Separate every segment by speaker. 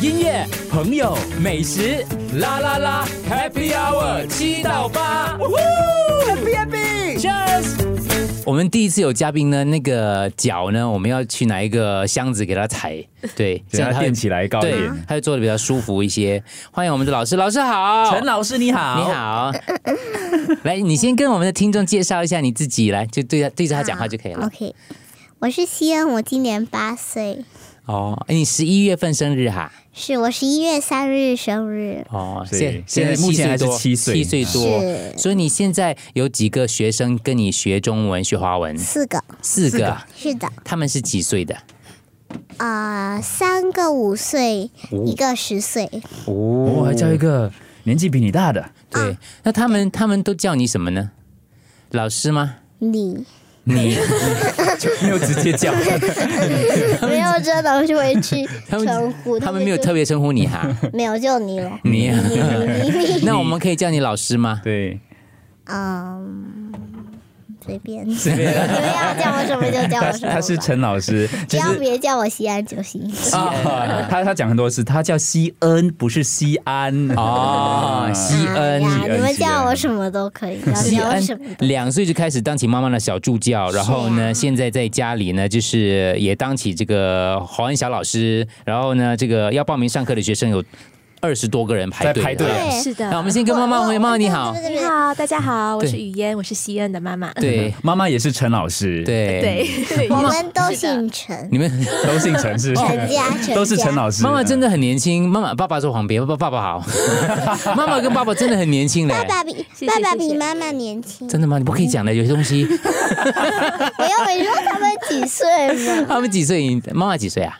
Speaker 1: 音乐、朋友、美食，啦啦啦，Happy Hour 七到八，Happy Happy，Cheers。我们第一次有嘉宾呢，那个脚呢，我们要去拿一个箱子给他踩，对，
Speaker 2: 这样
Speaker 1: 他
Speaker 2: 垫起来高一
Speaker 1: 对
Speaker 2: 点。，
Speaker 1: 他就做的比较舒服一些。欢迎我们的老师，老师好，
Speaker 3: 陈老师你好，
Speaker 1: 你，好，来，你先跟我们的听众介绍一下你自己，来，就对他对着他讲话就可以了。
Speaker 4: OK，我是西恩，我今年八岁，
Speaker 1: 哦，哎你十一月份生日哈？
Speaker 4: 是我十一月三日生日。
Speaker 1: 哦，
Speaker 2: 所以
Speaker 1: 现
Speaker 2: 现在
Speaker 1: 在
Speaker 2: 目前还是
Speaker 1: 七岁多
Speaker 2: 七岁
Speaker 1: 七岁多，
Speaker 4: 是
Speaker 1: 所以你现在有几个学生跟你学中文、学华文？
Speaker 4: 四个，
Speaker 1: 四
Speaker 2: 四
Speaker 1: 个啊
Speaker 2: 个，
Speaker 4: 是的，
Speaker 1: 他们是几岁的？
Speaker 4: 呃，三个五岁，
Speaker 1: 哦
Speaker 4: 一个十岁，
Speaker 2: 我哦还叫一个年纪比你 大的，
Speaker 4: 啊
Speaker 1: 对，那他们他们都叫你什么呢？老师吗？
Speaker 4: 你
Speaker 1: 你
Speaker 2: 没有直接叫，
Speaker 4: 没有这东西会去
Speaker 1: 他们
Speaker 4: 称呼，
Speaker 1: 他们没有特别称呼你 哈，
Speaker 4: 没有就你了，
Speaker 1: 你。
Speaker 4: 你你你，
Speaker 1: 那我们可以叫你老师吗？
Speaker 2: 对，
Speaker 4: 嗯，随便，随便，要叫我什么就叫
Speaker 2: 他
Speaker 4: 我什么吧，
Speaker 2: 他是陈老师，其
Speaker 4: 只要
Speaker 2: 实
Speaker 4: 别叫我西安 就行。
Speaker 2: 啊，他他讲很多次，他叫西恩，不是西安
Speaker 1: 哦
Speaker 2: 啊
Speaker 1: 西
Speaker 4: 哎
Speaker 1: 恩，
Speaker 4: 呀，你们
Speaker 2: 西恩
Speaker 4: 叫我什么都可以，
Speaker 1: 西
Speaker 4: 要叫我
Speaker 1: 恩
Speaker 4: 什么都
Speaker 1: 两岁就开始当起妈妈的小助教，然后呢，
Speaker 4: 是啊
Speaker 1: 现在在家里呢，就是也当起这个华文小老师，然后呢，这个要报名上课的学生有二十多个人排队，
Speaker 2: 在排队
Speaker 1: 啊
Speaker 4: 对
Speaker 5: 是的
Speaker 1: 那我们先跟妈妈
Speaker 4: 我
Speaker 1: 回，妈妈你好，
Speaker 4: 对对
Speaker 5: 你
Speaker 4: 对对
Speaker 5: 好，大家好，我
Speaker 1: 对
Speaker 5: 是雨嫣，我是西恩的妈妈。
Speaker 1: 对
Speaker 2: 妈妈也是陈老师，，
Speaker 1: 对，
Speaker 5: 对，
Speaker 4: 我们都
Speaker 5: 是的
Speaker 4: 姓陈，
Speaker 1: 你们
Speaker 2: 都姓陈是，
Speaker 4: 陈家，陈家
Speaker 2: 都是陈老师，
Speaker 1: 妈妈真
Speaker 2: 的
Speaker 1: 的很年轻，妈妈爸爸说谎，别爸爸爸好， 妈妈跟爸爸真的很年轻嘞
Speaker 4: 爸。爸比
Speaker 5: 哎谢谢
Speaker 4: 爸爸
Speaker 5: 谢
Speaker 4: 比
Speaker 5: 谢
Speaker 4: 妈妈年轻，
Speaker 1: 真的吗？你不可以讲的，有些东西。
Speaker 4: 我要没说他们几岁吗？
Speaker 1: 他们几岁？妈妈几岁啊？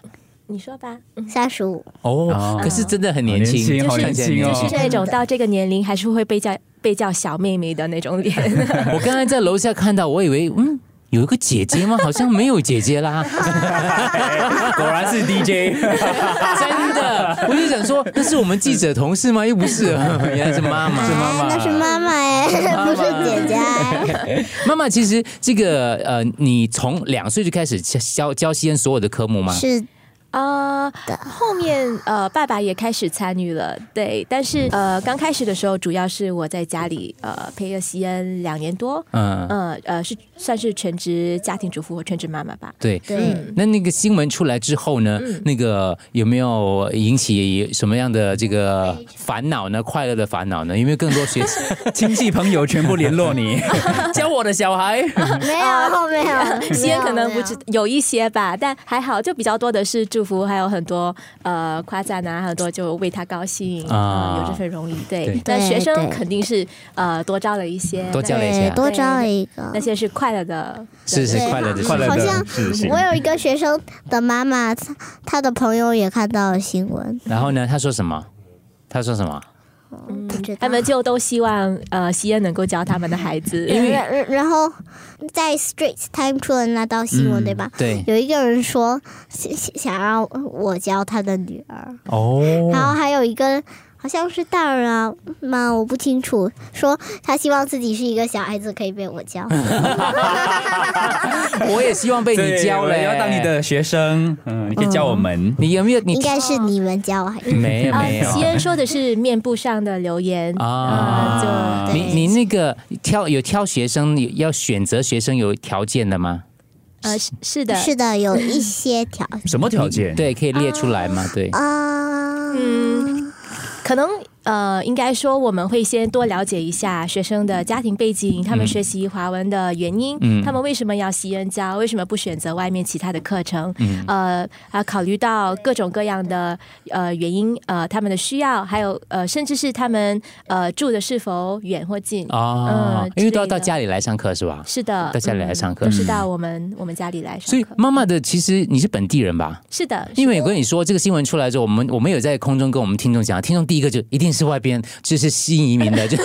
Speaker 5: 你说吧， 嗯
Speaker 4: 三十五，
Speaker 1: 哦
Speaker 2: 哦，
Speaker 1: 可是真的很年轻，
Speaker 2: 好年
Speaker 1: 看起来很
Speaker 2: 轻
Speaker 1: 年
Speaker 2: 哦
Speaker 5: 就是那种到这个年龄还是会被叫被叫小妹妹的那种 脸。
Speaker 1: 我刚才在楼下看到，我以为嗯。有一个姐姐吗？好像没有姐姐 啦，
Speaker 2: 果然是 DJ，
Speaker 1: 真的。我就想说，那是我们记者同事吗？又不 是，原来是妈妈。
Speaker 2: 是妈
Speaker 4: 哎
Speaker 2: 妈
Speaker 4: 那是妈妈哎，不是姐姐哎。
Speaker 1: 妈妈，其实这个呃，你从两岁就开始教教西恩所有的科目吗？
Speaker 4: 是
Speaker 5: 呃，后面呃，爸爸也开始参与了，对，但是
Speaker 1: 嗯
Speaker 5: 呃，刚开始的时候主要是我在家里呃陪着西恩两年多，
Speaker 1: 嗯，
Speaker 5: 呃呃是算是全职家庭主妇或全职妈妈吧。
Speaker 1: 对。
Speaker 4: 对，
Speaker 2: 嗯
Speaker 4: 嗯
Speaker 1: 那那个新闻出来之后呢，那个有没有引起什么样的这个烦恼呢？快乐的烦恼呢？有没有更多学习？
Speaker 2: 亲戚朋友全部联络 你，
Speaker 1: 教我的小孩，
Speaker 4: 没有没有，
Speaker 5: 西恩啊可能
Speaker 4: 没有
Speaker 5: 不知有一些吧，但还好，就比较多的是祝福，还有很多呃夸赞啊，很多就为他高兴
Speaker 1: 啊
Speaker 5: 啊、有这份荣誉。
Speaker 1: 对
Speaker 5: 对，但学
Speaker 4: 对
Speaker 5: 生
Speaker 4: 对
Speaker 5: 肯定是呃多招了一些，
Speaker 1: 多教了一
Speaker 4: 对
Speaker 1: 下，
Speaker 4: 多招了一个
Speaker 5: 那。些是快乐的，
Speaker 1: 是是
Speaker 4: 对
Speaker 1: 快乐的事
Speaker 2: 快乐
Speaker 4: 好
Speaker 2: 的
Speaker 4: 像
Speaker 2: 事情
Speaker 4: 我。有一个学生的妈妈，她她的朋友也看到了新闻，
Speaker 1: 然后呢，他说什么？他说什么？
Speaker 4: 不知道
Speaker 5: 嗯他们就都希望呃西恩能够教他们的孩 子，呃
Speaker 4: 然然然后在 Straits Time 出了那道新闻，对吧？
Speaker 1: 嗯对，
Speaker 4: 有一个人说想想让我教他的女儿，
Speaker 1: 哦，
Speaker 4: 然后还有一个好像是大人啊妈，我不清楚，说他希望自己是一个小孩子，可以被我教。
Speaker 1: 我也希望被你教
Speaker 2: 了，
Speaker 1: 了，
Speaker 2: 要当你，的学生，嗯，你可以教我们。
Speaker 1: 你有没有？ 你
Speaker 4: 应该是哦你们教还 是？
Speaker 1: 没有
Speaker 5: 啊
Speaker 1: 没，
Speaker 5: 西
Speaker 1: 有
Speaker 5: 恩说的是面部上的留言
Speaker 1: 啊
Speaker 5: 啊，
Speaker 4: 对
Speaker 1: 你
Speaker 2: 嗯
Speaker 1: 你那个挑有挑学生有要选择学生有条件的吗？
Speaker 5: 就呃是是的，
Speaker 4: 是的，有一些条
Speaker 2: 什么条件？
Speaker 1: 对，可以列出来吗？对，
Speaker 4: 啊，
Speaker 5: 嗯，可能呃，应该说我们会先多了解一下学生的家庭背景，他们学习华文的原因，
Speaker 1: 嗯
Speaker 5: 他们为什么要习恩教，为什么不选择外面其他的课程？
Speaker 1: 嗯
Speaker 5: 呃啊，考虑到各种各样的呃原因，呃，他们的需要，还有呃，甚至是他们呃住的是否远或近。
Speaker 2: 啊
Speaker 1: 哦
Speaker 5: 嗯，
Speaker 1: 因为都要
Speaker 5: 之类的
Speaker 1: 到家里来上课是吧？
Speaker 5: 是的，
Speaker 1: 到家里来上课
Speaker 5: 嗯都是到我们我们家里来
Speaker 1: 所
Speaker 5: 上
Speaker 1: 以
Speaker 5: 课。
Speaker 1: 妈妈的，其实你是本地人吧？
Speaker 5: 是的，
Speaker 1: 因为我跟你说，这个新闻出来之后，我们我们有在空中跟我们听众讲，听众第一个就一定定是外边就是新移民的， 就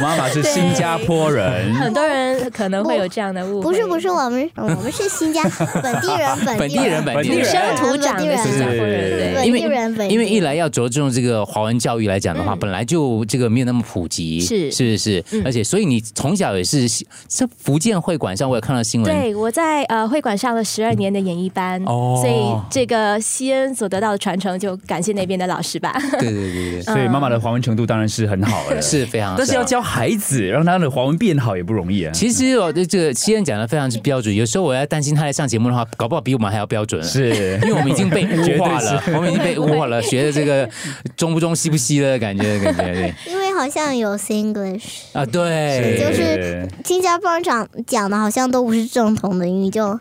Speaker 2: 妈妈是新加坡人，
Speaker 5: 很多人可能会有这样的误会，
Speaker 4: 不是不是，我们我们是新 疆本地人，
Speaker 1: 本地人本地
Speaker 5: 土
Speaker 1: 人
Speaker 5: 生土长的
Speaker 4: 本地
Speaker 5: 新加坡人，
Speaker 2: 是
Speaker 5: 对
Speaker 4: 本
Speaker 1: 因
Speaker 4: 地人
Speaker 1: 为
Speaker 4: 本地
Speaker 1: 因为一来要着重这个华文教育来讲的话，本来就这个没有那么普及，
Speaker 5: 是嗯
Speaker 1: 是是，而且所以你从小也是这福建会馆上，我有看到新闻，
Speaker 5: 对，我在呃会馆上了十二年的演艺班，
Speaker 1: 哦
Speaker 5: 所以这个西恩所得到的传承，就感谢那边的老师 吧。
Speaker 1: 对对 对对，
Speaker 2: 所以妈妈的华文程度当然是很好的，
Speaker 1: 是非常，
Speaker 2: 啊但是
Speaker 4: 啊
Speaker 2: 要教孩子让他的华文变好也不容易啊。
Speaker 1: 其实我对这个西恩讲的非常之标准，有时候我要担心他来上节目的话，搞不好比我们还要标准。
Speaker 2: 是
Speaker 1: 因为我们已经被污化了
Speaker 2: 绝，
Speaker 1: 我们已经被污化了，学的这个中不中西不西的感觉，感觉 对
Speaker 4: 因为好像有 Singlish，
Speaker 1: 啊，对，
Speaker 4: 就是新加坡人讲讲的好像都不是正统的英语，就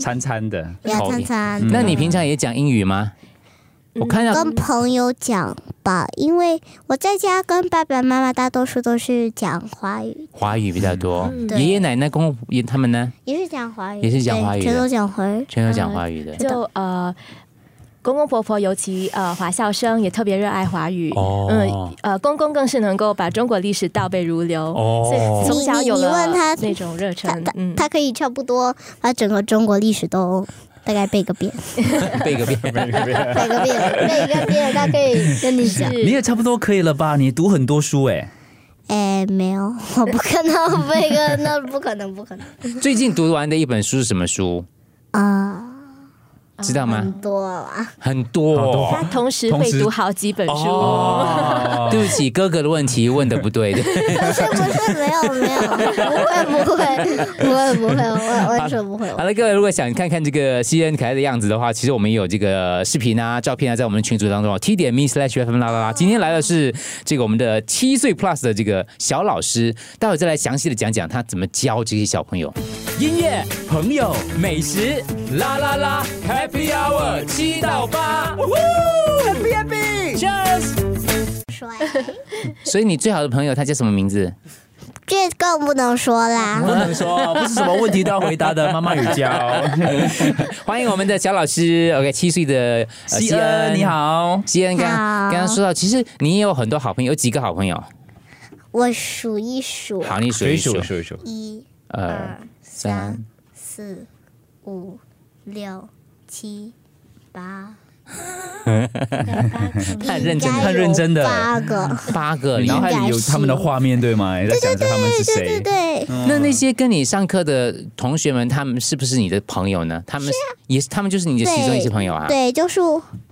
Speaker 2: 餐餐的，
Speaker 4: 要参参。
Speaker 1: 那你平常也讲英语吗？我看
Speaker 5: 嗯
Speaker 1: 到
Speaker 4: 跟朋友讲吧，因为我在家跟爸爸妈妈大多数都是讲华语，
Speaker 1: 华语比较多，
Speaker 4: 对
Speaker 1: 爷爷奶奶、公公他们呢，
Speaker 4: 也是讲华语，
Speaker 1: 也是讲华语的
Speaker 4: 对全都讲华语。
Speaker 1: 全都讲华语的。
Speaker 5: 就呃。公公婆婆，尤其呃华校生，也特别热爱华语。
Speaker 1: 哦
Speaker 5: 嗯，呃，公公更是能够把中国历史倒背如流，
Speaker 1: 哦
Speaker 5: 所以从小有
Speaker 4: 你你
Speaker 5: 了
Speaker 4: 问他
Speaker 5: 那种热
Speaker 4: 他
Speaker 5: 忱。
Speaker 4: 他
Speaker 5: 嗯，
Speaker 4: 他可以差不多把整个中国历史都大概背个遍，
Speaker 1: 背个遍，
Speaker 4: 背个遍，背个遍，他可以跟你讲。
Speaker 2: 你也差不多可以了吧？你读很多书哎，
Speaker 4: 哎，没有， 我不可能背个，那不可能，不可能
Speaker 1: 最近读完的一本书是什么书？
Speaker 4: 啊，
Speaker 1: 知道吗？
Speaker 4: 很多啦。
Speaker 1: 很多
Speaker 2: 好多
Speaker 1: 哦。
Speaker 5: 他同时
Speaker 2: 同
Speaker 5: 会
Speaker 2: 时
Speaker 5: 读好几本书。
Speaker 1: 哦，对不起，哥哥的问题问的不对。
Speaker 4: 不是哎不是，没有没有，不会不会不会不会，我我说不会，
Speaker 1: 好了，各位，如果想看看这个西恩可爱的样子的话，其实我们也有这个视频啊、照片啊，在我们的群组当中哦，t 点 me slash fm 啦啦啦。今天来的是这个我们的七岁 plus 的这个小老师，待会再来详细的讲讲他怎么教这些小朋友。音乐、朋友、美食，啦啦啦，Happy Hour 七到八，Happy Happy，Cheers。
Speaker 4: 帅，
Speaker 1: 所以你最好的朋友他叫什么名字？
Speaker 4: 这更不能说啦。
Speaker 2: 不能说不是什么问题都要回答 的。妈妈有教，
Speaker 1: 欢迎我们的小老师，OK，七 岁的、呃
Speaker 2: 西恩你。好，
Speaker 1: 西恩刚刚
Speaker 4: 好
Speaker 1: 刚说到，其实你也有很多好朋友，有几个好朋友？
Speaker 4: 我数一数，
Speaker 1: 好，你数一数，
Speaker 2: 数一数，
Speaker 4: 一、
Speaker 1: 呃，
Speaker 4: 二、
Speaker 1: 三
Speaker 4: 三、四、五、六、七、八。
Speaker 1: 太认真了
Speaker 2: 太认真的
Speaker 4: 八个，
Speaker 1: 八个。
Speaker 2: 你
Speaker 1: 然后
Speaker 2: 脑
Speaker 1: 还
Speaker 2: 海里有他们的画面对吗？也在想着他们是
Speaker 4: 对对
Speaker 2: 谁，
Speaker 4: 对，
Speaker 1: 那那些跟你上课的同学们，他们是不是你的朋友呢？他们也是，他们就是你的其中一些朋友啊。
Speaker 4: 对，就是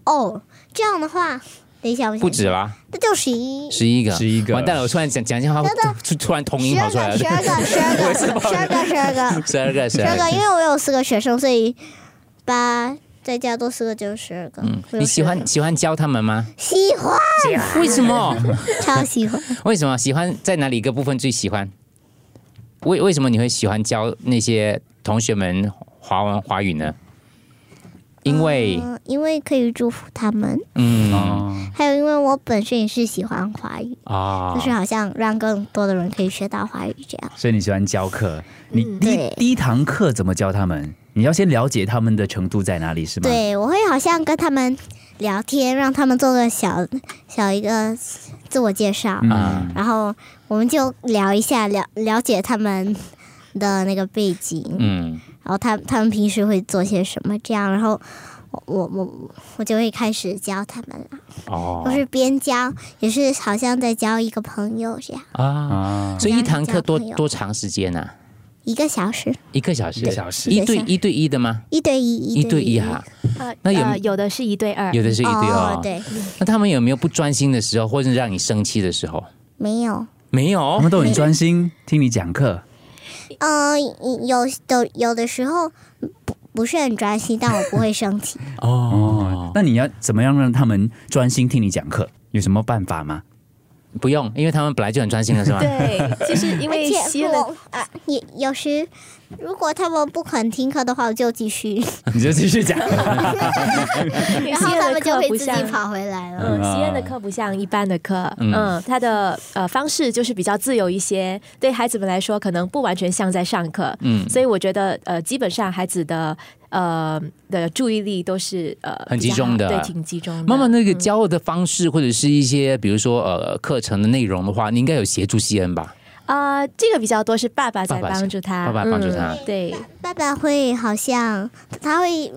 Speaker 4: 哦，这样的话，等一下，我想
Speaker 1: 不止啦，
Speaker 4: 那就十一、
Speaker 1: 十一个，
Speaker 2: 11个
Speaker 1: 完蛋了，我突然讲讲一下话，突突然同音
Speaker 4: 十
Speaker 1: 跑
Speaker 4: 二
Speaker 1: 出来
Speaker 4: 个、
Speaker 1: 了
Speaker 4: 十，二个、十二 个、十二个、十二个、
Speaker 1: 十二个，十
Speaker 4: 十
Speaker 1: 二
Speaker 4: 二个，
Speaker 1: 个。
Speaker 4: 因为我有四个学生，所以八再加多四个就是十二个。我有
Speaker 1: 嗯你喜
Speaker 4: 12个
Speaker 1: 欢喜欢教他们吗？
Speaker 4: 喜欢，
Speaker 1: 为什么？
Speaker 4: 超喜欢。
Speaker 1: 为什么喜欢在哪里一个部分最喜欢？为为什么你会喜欢教那些同学们华文华语呢？因为
Speaker 4: 嗯，因为可以祝福他们，
Speaker 1: 嗯啊
Speaker 2: 哦，
Speaker 4: 还有因为我本身也是喜欢华语，
Speaker 1: 啊
Speaker 4: 就是
Speaker 1: 哦
Speaker 4: 好像让更多的人可以学到华语这样。
Speaker 2: 所以你喜欢教课，你第
Speaker 4: 嗯对
Speaker 2: 第一堂课怎么教他们？你要先了解他们的程度在哪里，是吗？，
Speaker 4: 对，我会好像跟他们聊天，让他们做个小小一个自我介绍，
Speaker 1: 啊
Speaker 4: 然后我们就聊一下，了了解他们的那个背景，
Speaker 1: 嗯
Speaker 4: 然后他他们平时会做些什么这样，然后我我我我就会开始教他们了，
Speaker 1: 哦
Speaker 4: 我是边教也是好像在教一个朋友这样，
Speaker 1: 啊，
Speaker 2: 啊，
Speaker 1: 所以一堂课多
Speaker 4: 朋友
Speaker 1: 多长时间啊？
Speaker 4: 一个小时
Speaker 1: 一个小时，
Speaker 2: 一个小时
Speaker 1: 一对
Speaker 4: 一个小
Speaker 1: 一对一的吗？
Speaker 4: 一对一
Speaker 1: 一对一
Speaker 4: 一
Speaker 1: 哈，
Speaker 5: 呃
Speaker 1: 那有
Speaker 5: 呃有的是一对二，
Speaker 1: 有的是一对
Speaker 4: 哦
Speaker 1: 二，。
Speaker 4: 对，
Speaker 1: 那他们有没有不专心的时候，或者让你生气的时候？
Speaker 4: 没有，
Speaker 1: 没
Speaker 2: 他
Speaker 1: 有
Speaker 2: 们都很专心听你讲课，
Speaker 4: 嗯、有有有的时候不不是很专心，但我不会生气。
Speaker 1: 哦，
Speaker 2: 那你要怎么样让他们专心听你讲课？有什么办 法吗？
Speaker 1: 不用，因为他们本来就很专心了，是吗？
Speaker 5: 对，就是因
Speaker 4: 而
Speaker 5: 为西
Speaker 4: 且
Speaker 5: 恩的
Speaker 4: 我啊，也有时如果他们不肯听课的话，我就继续，
Speaker 2: 你就 继续讲。
Speaker 5: 因为
Speaker 4: 然
Speaker 5: 西
Speaker 4: 后他
Speaker 5: 恩的
Speaker 4: 们就
Speaker 5: 课
Speaker 4: 会
Speaker 5: 不
Speaker 4: 自己
Speaker 5: 像。
Speaker 4: 跑回来了。
Speaker 5: 嗯，西恩的课不像一般的课，
Speaker 1: 嗯
Speaker 5: 嗯，他的呃方式就是比较自由一些，对孩子们来说可能不完全像在上课，
Speaker 1: 嗯
Speaker 5: 所以我觉得呃基本上孩子的呃的注意力都是呃
Speaker 1: 很
Speaker 5: 比较
Speaker 1: 集中的
Speaker 5: 好对，挺集中的。
Speaker 1: 妈妈那个教的方式，或者是一些比如说呃课程的内容的话，你应该有协助西恩吧？
Speaker 5: 啊，这个比较多是爸爸在
Speaker 1: 爸爸
Speaker 5: 帮助他，
Speaker 1: 爸爸帮助
Speaker 5: 嗯
Speaker 1: 他哦
Speaker 5: 对，
Speaker 4: 爸爸会好像他会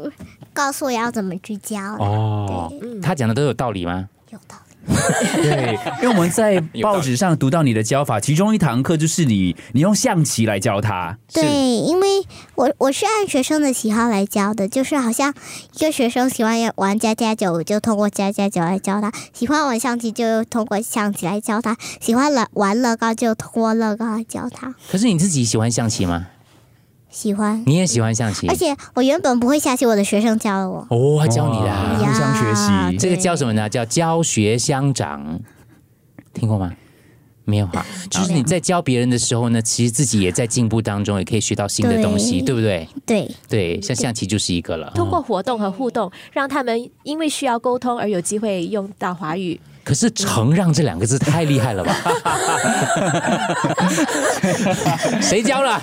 Speaker 4: 告诉我要怎么去教，
Speaker 1: 哦，他讲的都有道理吗？
Speaker 4: 有道理。
Speaker 2: 对，因为我们在报纸上读到你的教法，其中一堂课就是你你用象棋来教他，
Speaker 4: 对，因为我我是按学生的喜好来教的，就是好像一个学生喜欢玩家家酒，我就通过家家酒来教他；喜欢玩象棋，就通过象棋来教他；喜欢乐玩乐高，就通过乐高来教他。
Speaker 1: 可是你自己喜欢象棋吗？
Speaker 4: 喜欢，
Speaker 1: 你也喜欢象棋
Speaker 4: 而？且我原本不会下棋，我的学生教了我。
Speaker 1: 哦，他教你的
Speaker 2: 哇
Speaker 1: 啊、
Speaker 4: 呀
Speaker 2: 互相学习。
Speaker 1: 这个叫什么呢？叫教学相长，听过吗？没有 啊，就是你在教别人的时候呢，其实自己也在进步当中，也可以学到新的东西，
Speaker 4: 对
Speaker 1: 对不对？
Speaker 4: 对，
Speaker 1: 对，像象棋就是一个了。哦
Speaker 5: 通过活动和互动，让他们因为需要沟通而有机会用到 华语。
Speaker 1: 可是“承让”这两个字太厉害了吧？ 谁教 了？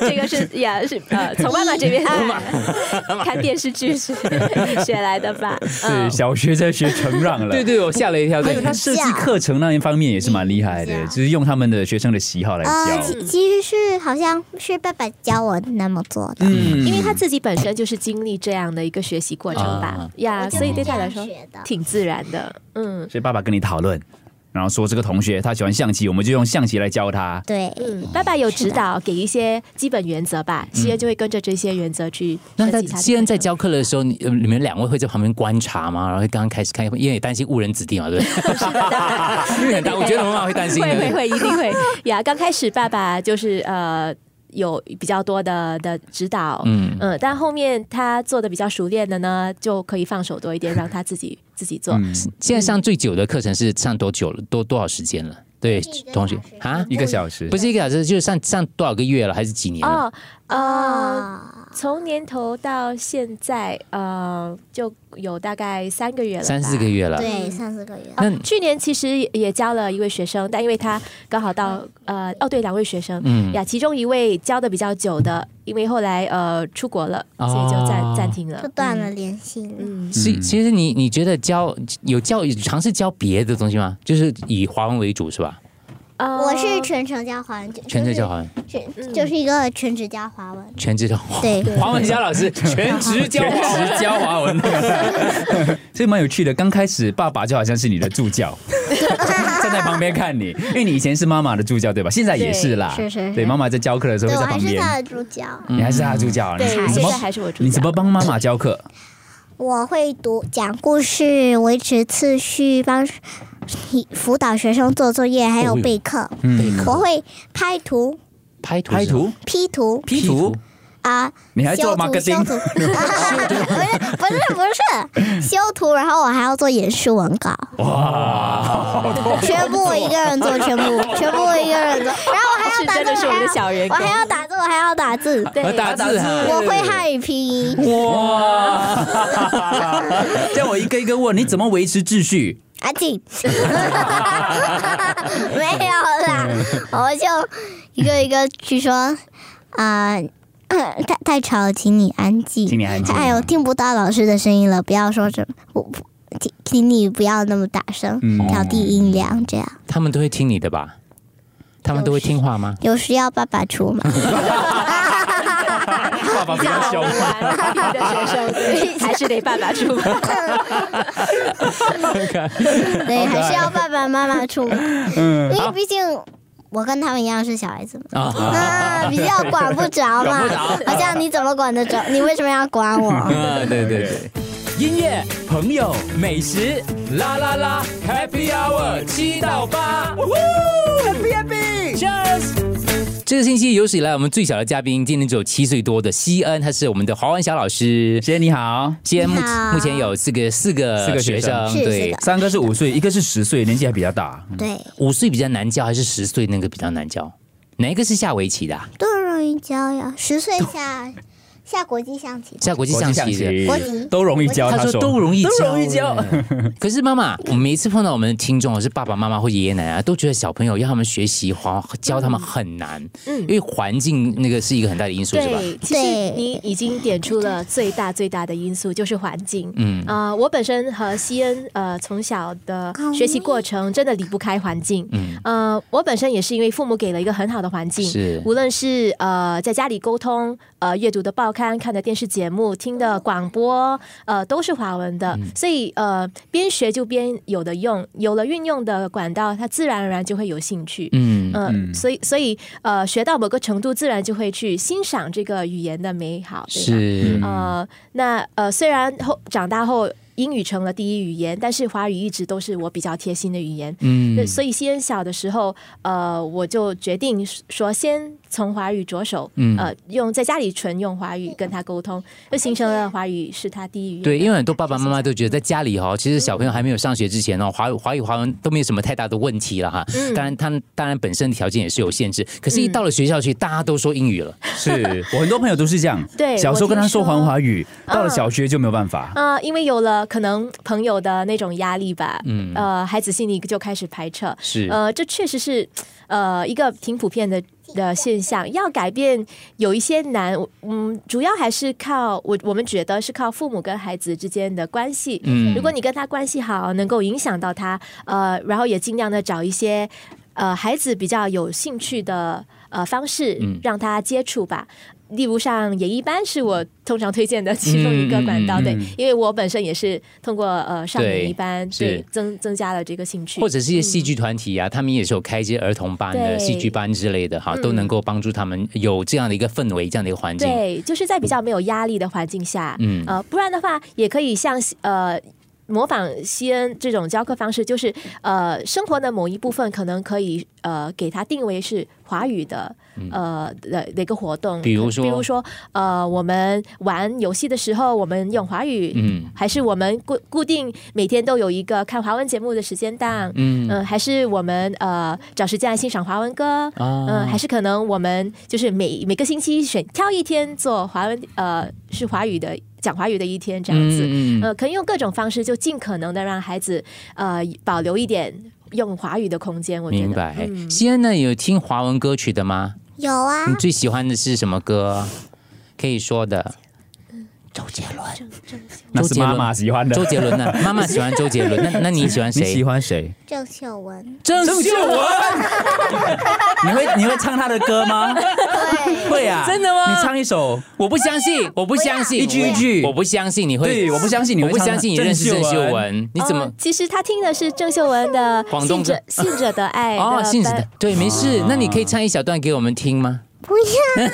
Speaker 5: 这个是呀，是呃，从妈妈这边 看电视剧 是学来的吧？
Speaker 2: 对，
Speaker 5: 嗯，
Speaker 2: 小学在学承让了。
Speaker 1: 对对，我吓了一跳。
Speaker 2: 还
Speaker 1: 对
Speaker 2: 有，他设计课程那一方面也是蛮厉害的，
Speaker 4: 嗯
Speaker 2: 就是用他们的学生的喜好来
Speaker 4: 呃，
Speaker 2: 教。
Speaker 4: 其其实是好像是爸爸教我那么做的，
Speaker 2: 嗯
Speaker 5: 因为他自己本身就是经历这样的一个学习过程吧
Speaker 1: 啊，
Speaker 5: 呀，所以对他来说
Speaker 4: 学的。
Speaker 5: 挺自然的。嗯
Speaker 2: 所以爸爸跟你讨论，然后说这个同学他喜欢象棋，我们就用象棋来教他。
Speaker 4: 对，
Speaker 5: 嗯，爸爸有指导，给一些基本原则吧，西恩就会跟着这些原则去
Speaker 1: 嗯那
Speaker 5: 设
Speaker 1: 在
Speaker 5: 计他的
Speaker 1: 西恩在
Speaker 5: 课程
Speaker 1: 教课的时候，你呃你们两位会在旁边观察吗？然后刚刚开始看，因为也担心误人子弟嘛，对不对？
Speaker 5: 是的当然
Speaker 1: 因为很担，我觉得妈妈会担心
Speaker 5: 会
Speaker 1: 的。
Speaker 5: 会会，一定会呀！刚开始爸爸就是呃有比较多的的指导，
Speaker 1: 嗯
Speaker 5: 嗯，但后面他做的比较熟练的呢，就可以放手多一点，让他自己自己做。
Speaker 1: 现在上最久的课程是上多久了？多多少时间了？对，同学啊，
Speaker 2: 一个小时，
Speaker 1: 不是一个小时，就是上上多少个月了，还是几年了？
Speaker 5: 哦，呃，
Speaker 4: 啊，
Speaker 5: 从年头到现在，呃，就有大概三个月了吧，
Speaker 1: 三四个月了。
Speaker 4: 对，三四个月。
Speaker 5: 啊
Speaker 1: 那嗯
Speaker 5: 去年其实也也教了一位学生，但因为他刚好到呃哦对两位学生，
Speaker 1: 嗯
Speaker 5: 呀，其中一位教的比较久的，因为后来呃出国了，所
Speaker 1: 哦
Speaker 5: 以就暂暂停了，
Speaker 4: 就断了联系了。
Speaker 5: 嗯。嗯
Speaker 1: 其其实你你觉得教有教尝试教别的东西吗？就是以华文为主是吧？
Speaker 5: 呃
Speaker 4: 我是全程教华文，就
Speaker 1: 全职
Speaker 4: 就是
Speaker 1: 教华文，
Speaker 5: 嗯
Speaker 4: 全就是一个全职教华文。
Speaker 2: 哦
Speaker 1: 全职教
Speaker 4: 对 对
Speaker 1: 华文佳老师全职教
Speaker 2: 全
Speaker 1: 华文
Speaker 2: 职教华文，所以蛮有趣的。刚开始爸爸就好像是你的助教，站在旁边看你，因为你以前是妈妈的助教对吧？现在也是啦，
Speaker 4: 对是是是
Speaker 2: 对，妈妈在教课的时候
Speaker 4: 对，
Speaker 2: 会在
Speaker 4: 我还
Speaker 2: 旁
Speaker 4: 是
Speaker 2: 边，嗯
Speaker 4: 他的助教。
Speaker 2: 你还是她的助教，你你
Speaker 5: 对，
Speaker 2: 怎
Speaker 5: 现在
Speaker 2: 么
Speaker 5: 还是我助教。
Speaker 2: 你怎么帮妈妈教课？
Speaker 4: 我会读讲故事、维持次序、帮辅导学生做作业，还有备课。
Speaker 2: 嗯，
Speaker 4: 我会拍图、
Speaker 1: 拍图
Speaker 2: 拍图、
Speaker 4: P 图
Speaker 2: P 图，
Speaker 4: 啊，
Speaker 2: 你还做
Speaker 4: 修图、修
Speaker 2: marketing
Speaker 4: 图， 不是不是不是修图，然后我还要做演示文稿，
Speaker 2: 哇！
Speaker 4: 全部我一个人做，全部全部我一个人 做，然后我还
Speaker 5: 哦是
Speaker 4: 要打
Speaker 5: 真
Speaker 4: 字，
Speaker 5: 的是我们的小员
Speaker 4: 我
Speaker 5: 工，
Speaker 4: 还要打字，我还要打字，
Speaker 2: 哦
Speaker 1: 我打字啊
Speaker 4: 我会汉语拼音。
Speaker 2: 哇！ 叫我一个一个问，你怎么维持秩序？
Speaker 4: 安静， 没有啦，
Speaker 2: 嗯
Speaker 4: 我就一个一个去说啊、 太太吵了，请你安静。
Speaker 2: 请你安静嗯
Speaker 4: 哎呦，听不到老师的声音了，不要说这，我不，请请你不要那么大声，
Speaker 2: 嗯
Speaker 4: 调低音量，这样
Speaker 1: 他们都会听你的吧？他们都会听话吗？
Speaker 4: 有需要爸爸出嘛？
Speaker 2: 爸爸比较凶。
Speaker 5: 玩别的学生， 对，还是得爸爸出马。
Speaker 4: 对，还是要爸爸妈妈出嘛？
Speaker 2: 嗯
Speaker 4: 因为毕竟我跟他们一样是小孩子嘛。
Speaker 1: 啊，
Speaker 4: 啊，比较管不 着嘛，好像你怎么管得着？你为什么要管我？
Speaker 2: 嗯
Speaker 1: 啊对对对。音乐、朋友、美食，啦啦啦，Happy Hour 七到八，Happy Happy Cheers。这个星期有史以来我们最小的嘉宾，今年只有七岁多的西恩，他是我们的华文小老师。
Speaker 2: 姐你好，
Speaker 1: 西恩目
Speaker 4: 你好
Speaker 1: 目前有四个四个
Speaker 2: 四个学生
Speaker 1: 生
Speaker 4: 是是
Speaker 1: 对
Speaker 4: 的，
Speaker 2: 三个是五岁，一个是十岁，年纪还比较大。
Speaker 4: 对，
Speaker 1: 五岁比较难教，还是十岁那个比较难教？哪一个是下围棋的啊、
Speaker 4: 多容易教呀，十岁下下国际象棋，
Speaker 1: 下国际象棋的。
Speaker 4: 国际
Speaker 2: 都容易教，
Speaker 1: 他
Speaker 2: 他
Speaker 1: 说
Speaker 2: 说
Speaker 1: 都容易
Speaker 2: 都容易
Speaker 1: 教
Speaker 2: 教
Speaker 1: 欸。 可是妈妈，我们每一次碰到我们的听众，是爸爸妈妈或爷爷奶奶，都觉得小朋友要他们学习环教他们很难，因为环境那个是一个很大的因素，是吧？
Speaker 5: 对，其实
Speaker 4: 对
Speaker 5: 你已经点出了最大最大的因素，就是环境。嗯啊、我本身和西恩呃从小的学习过程真的离不开环境。嗯呃，我本身也是因为父母给了一个很好的环境，
Speaker 1: 是
Speaker 5: 无论是呃在家里沟通，呃阅读的报刊、看的电视节目、听的广播，呃都是华文的，所以呃边学就边有的用，有了运用的管道，他自然而然就会有兴趣。
Speaker 1: 嗯，
Speaker 5: 嗯，所以所以呃，学到某个程度，自然就会去欣赏这个语言的美好，对吧？
Speaker 1: 是嗯
Speaker 5: 呃，那呃，虽然后长大后英语成了第一语言，但是华语一直都是我比较贴心的语言。
Speaker 1: 嗯
Speaker 5: 那所以西恩小的时候，呃，我就决定说先从华语着手，
Speaker 1: 嗯
Speaker 5: 呃，用在家里纯用华语跟他沟通，就形成了华语是他第一语言。
Speaker 1: 对，因为很多爸爸妈妈都觉得在家里哈，其实小朋
Speaker 5: 嗯
Speaker 1: 友还没有上学之前哦，华语华语华文都没有什么太大的问题了哈。
Speaker 5: 嗯
Speaker 1: 当然，他们当然本身条件也是有限制，可是，一到了学校去，大家都说英语 了。
Speaker 2: 是我很多朋友都是这样，
Speaker 5: 对
Speaker 2: 小时候跟他说
Speaker 5: 我听
Speaker 2: 环
Speaker 5: 说
Speaker 2: 华语，到了小学就没有办法。
Speaker 5: 啊、因为有了可能朋友的那种压力吧，嗯，呃，孩子心里就开始排斥，
Speaker 1: 是
Speaker 5: 呃，这确实是呃一个挺普遍的的现象。要改变有一些难，嗯，主要还是靠我我们觉得是靠父母跟孩子之间的关系。
Speaker 1: 嗯
Speaker 5: 如果你跟他关系好，能够影响到他，呃，然后也尽量的找一些呃孩子比较有兴趣的呃方式
Speaker 1: 嗯
Speaker 5: 让他接触吧。例如像演艺班是我通常推荐的其中一个管道，
Speaker 1: 嗯嗯嗯
Speaker 5: 对，因为我本身也是通过呃上
Speaker 1: 对
Speaker 5: 演艺班，
Speaker 1: 是
Speaker 5: 对，增增加了这个兴趣，
Speaker 1: 或者是一些戏剧团体啊，他们也是有开一些儿童班的、
Speaker 5: 嗯对嗯
Speaker 1: 戏剧班之类的哈，都能够帮助他们有这样的一个氛围、这样的一个环境。
Speaker 5: 对，就是在比较没有压力的环境下，
Speaker 1: 嗯
Speaker 5: 呃，不然的话也可以像呃。模仿西恩这种教课方式，就是呃，生活的某一部分可能可以呃，给它定位是华语的呃的的一个活动，
Speaker 1: 嗯比如说
Speaker 5: 比如说呃，我们玩游戏的时候，我们用华语，
Speaker 1: 嗯，
Speaker 5: 还是我们固固定每天都有一个看华文节目的时间档，
Speaker 1: 嗯
Speaker 5: 嗯，还是我们呃找时间来欣赏华文歌，
Speaker 1: 啊
Speaker 5: 嗯，还是可能我们就是每每个星期选挑一天做华文，呃，是华语的讲华语的一天这样子，
Speaker 1: 嗯嗯
Speaker 5: 呃，可以用各种方式，就尽可能的让孩子呃保留一点用华语的空间。我觉得嗯
Speaker 1: 明白。西安呢，有听华文歌曲的吗？
Speaker 4: 有啊
Speaker 1: 你，最喜欢的是什么歌？可以说 的。周杰伦，
Speaker 2: 那是妈妈喜欢的
Speaker 1: 周。杰伦呢？妈妈喜欢周杰伦，那那你喜欢
Speaker 2: 你
Speaker 1: 谁
Speaker 2: 喜？欢谁？
Speaker 4: 郑秀文。
Speaker 1: 郑秀文，
Speaker 2: 你会你会唱他的歌吗？
Speaker 4: 对，
Speaker 2: 会啊，
Speaker 1: 真的吗
Speaker 2: 你唱一首，
Speaker 1: 我不相信，我不相信，
Speaker 2: 一句一句
Speaker 1: 我不相信你会，
Speaker 2: 对我不相信你
Speaker 1: 我
Speaker 2: 会
Speaker 1: 不
Speaker 2: 唱
Speaker 1: 相信你认识郑
Speaker 2: 郑秀
Speaker 1: 秀
Speaker 2: 文
Speaker 1: 文，你怎
Speaker 5: 哦
Speaker 1: 么？
Speaker 5: 其实他听的是郑秀文的
Speaker 1: 广东
Speaker 5: 信者
Speaker 1: 歌
Speaker 5: 信者的爱
Speaker 1: 哦，信子
Speaker 5: 班
Speaker 1: 的，对，没事。那你可以唱一小段给我们听吗？
Speaker 4: 不要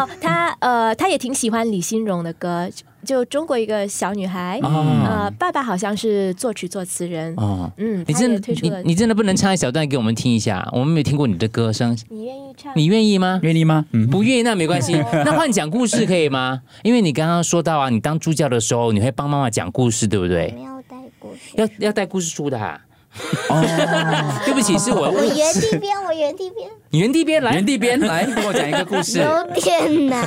Speaker 5: 哦，他呃，他也挺喜欢李新荣的歌，就中国一个小女孩，呃，爸爸好像是作曲作词人，
Speaker 1: 啊哦，
Speaker 5: 嗯，
Speaker 1: 你
Speaker 5: 他也
Speaker 1: 真
Speaker 5: 推
Speaker 1: 的
Speaker 5: 出
Speaker 1: 你
Speaker 5: 了。
Speaker 1: 你真的不能唱一小段给我们听一下？我们没有听过你的歌声，
Speaker 5: 你愿意唱？
Speaker 1: 你愿意吗？
Speaker 2: 愿意吗？嗯，
Speaker 1: 不愿意那没关系，
Speaker 5: 嗯
Speaker 1: 那换讲故事可以吗？因为你刚刚说到啊，你当助教的时候，你会帮妈妈讲故事，对不对？
Speaker 4: 没有带故事，
Speaker 1: 要要带故事书的、啊。哦， 对不起，是我
Speaker 4: 我原地编，我原地编，
Speaker 1: 原地边来，
Speaker 2: 原地边 来跟我讲一个故事。
Speaker 4: 有点难。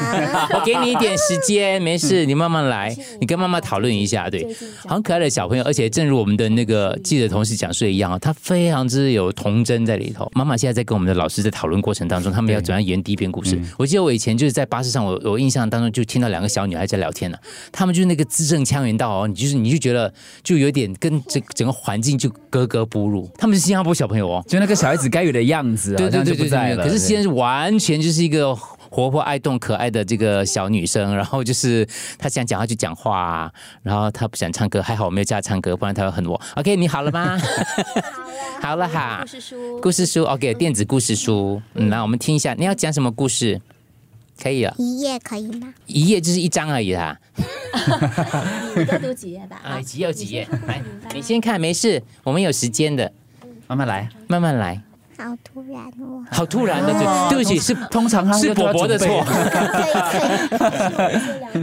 Speaker 1: 我给你一点时间，没事，你慢慢来，你跟妈妈讨论一下，对，很可爱的小朋友，而且正如我们的那个记者同事讲述的一样啊，他非常之有童真在里头。妈妈现在在跟我们的老师在讨论过程当中，他们要怎样原地编故事。我记得我以前就是在巴士上，我我印象当中就听到两个小女孩在聊天呢、她们就是那个字正腔圆到哦，你就是你就觉得就有点跟整整个环境就格格不入。他们是新加坡小朋友哦，
Speaker 2: 就那个小孩子该有的样子啊，
Speaker 1: 对
Speaker 2: 这
Speaker 1: 对
Speaker 2: 样
Speaker 1: 对
Speaker 2: 就
Speaker 1: 对
Speaker 2: 不
Speaker 1: 对
Speaker 2: 在
Speaker 1: 对
Speaker 2: 了。
Speaker 1: 可是
Speaker 2: 对
Speaker 1: 西恩完全就是一个活泼爱动、可爱的这个小女生，然后就是她想讲话就讲话、啊，然后她不想唱歌，还好我没有叫她唱歌，不然她会恨我。OK，你好了 吗？好了哈
Speaker 5: 啊故，事书，嗯
Speaker 1: 故事书 OK，电子故事书，嗯，那我们听一下，你要讲什么故事？可以了，
Speaker 4: 一页可以吗？
Speaker 1: 一页就是一张而已啦。
Speaker 5: 你多读几页吧。
Speaker 1: 啊，
Speaker 5: 啊
Speaker 1: 几页有几页？来，你先看，没事，我们有时间的，
Speaker 2: 慢慢来，
Speaker 1: 慢慢来。。
Speaker 4: 好突然哦
Speaker 1: 好突然的，对不起，是
Speaker 2: 通常他
Speaker 1: 是伯伯的错。
Speaker 4: 可以可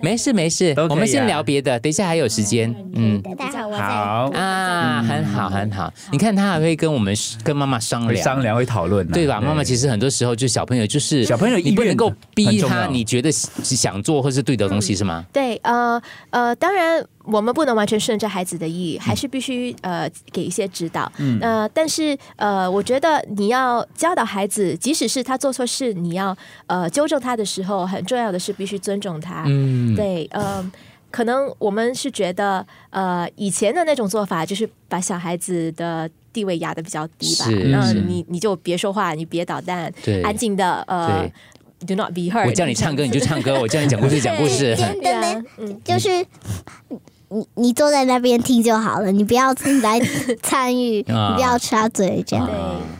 Speaker 1: 没事没事
Speaker 2: 都可以，啊
Speaker 1: 我们先聊别的，等一下还有时间。
Speaker 5: 呃
Speaker 1: 嗯，
Speaker 4: 以，大家我 在
Speaker 2: 好，
Speaker 1: 啊，很好很好，你看他还会跟我们跟妈妈商
Speaker 2: 会
Speaker 1: 量，
Speaker 2: 商量会讨论啊，
Speaker 1: 对吧？妈妈其
Speaker 2: 实
Speaker 1: 实很多时候就小朋友就是
Speaker 2: 小朋友意愿
Speaker 1: 你不能够
Speaker 2: 很
Speaker 1: 逼
Speaker 2: 重
Speaker 1: 他，
Speaker 2: 要
Speaker 1: 你觉得想做或是对的东西是吗？
Speaker 5: 对，呃呃，当然我们不能完全顺着孩子的意，
Speaker 1: 嗯
Speaker 5: 还是必须呃给一些指导。嗯，呃，但是呃，我觉得你要教导孩子，即使是他做错事，你要呃纠正他的时候，很重要的是必须尊重他。
Speaker 1: 嗯，
Speaker 5: 对，嗯、可能我们是觉得，呃，以前的那种做法就是把小孩子的地位压得比较低吧，
Speaker 1: 是
Speaker 5: 那
Speaker 1: 是
Speaker 5: 你你就别说话，你别捣蛋，
Speaker 1: 对
Speaker 5: 安静的，呃
Speaker 1: 对
Speaker 5: ，do not be heard。
Speaker 1: 我叫你唱歌你就唱歌，我叫你讲故事讲故事
Speaker 4: 最。简
Speaker 5: 对
Speaker 4: 单
Speaker 5: 啊
Speaker 4: 的，
Speaker 5: 嗯，
Speaker 4: 就是你你坐在那边听就好了，你不要自己来参与，你
Speaker 1: 啊
Speaker 4: 不要插嘴这样。
Speaker 5: 对，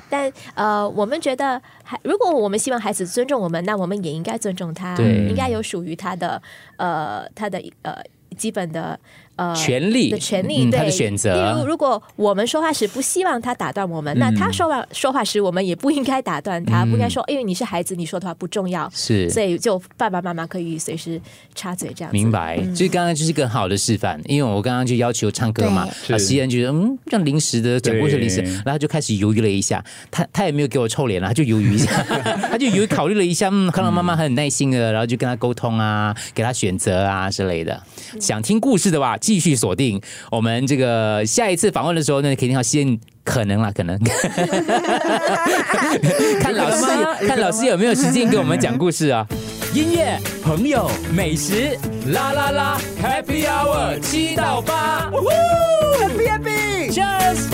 Speaker 5: 但呃，我们觉得还，如果我们希望孩子尊重我们，那我们也应该尊重他，
Speaker 1: 对
Speaker 5: 应该有属于他的呃他的呃基本的呃
Speaker 1: 权利
Speaker 5: 的权利，
Speaker 1: 嗯
Speaker 5: 对
Speaker 1: 他的选择嗯
Speaker 5: 例如，如果我们说话时不希望他打断我们，那他说话说话时，我们也不应该打断他，不应该说，因为你是孩子，你说的话不重要，
Speaker 1: 是
Speaker 5: 所以就爸爸妈妈可以随时插嘴这样子。
Speaker 1: 明白，
Speaker 2: 嗯
Speaker 1: 所以刚刚就是个很好的示范，因为我刚刚就要求唱歌嘛，
Speaker 2: 对
Speaker 1: 啊，
Speaker 2: 是
Speaker 1: 西恩觉得嗯，这样临时的讲故事临时，
Speaker 2: 对
Speaker 1: 然后他就开始犹豫了一下，他他也没有给我臭脸啊，他就犹 豫一下，他就犹豫考虑了一下，嗯，看到妈妈很耐心的，然后就跟他沟通啊，给他选择啊之类的。想听故事的话，继续锁定我们这个下一次访问的时候呢，肯定要先。可能啦，可能 看老师看老师有没有时间给我们讲故事啊。 音乐、朋友、美食，啦啦啦，Happy Hour 七到八，Happy Happy，Cheers。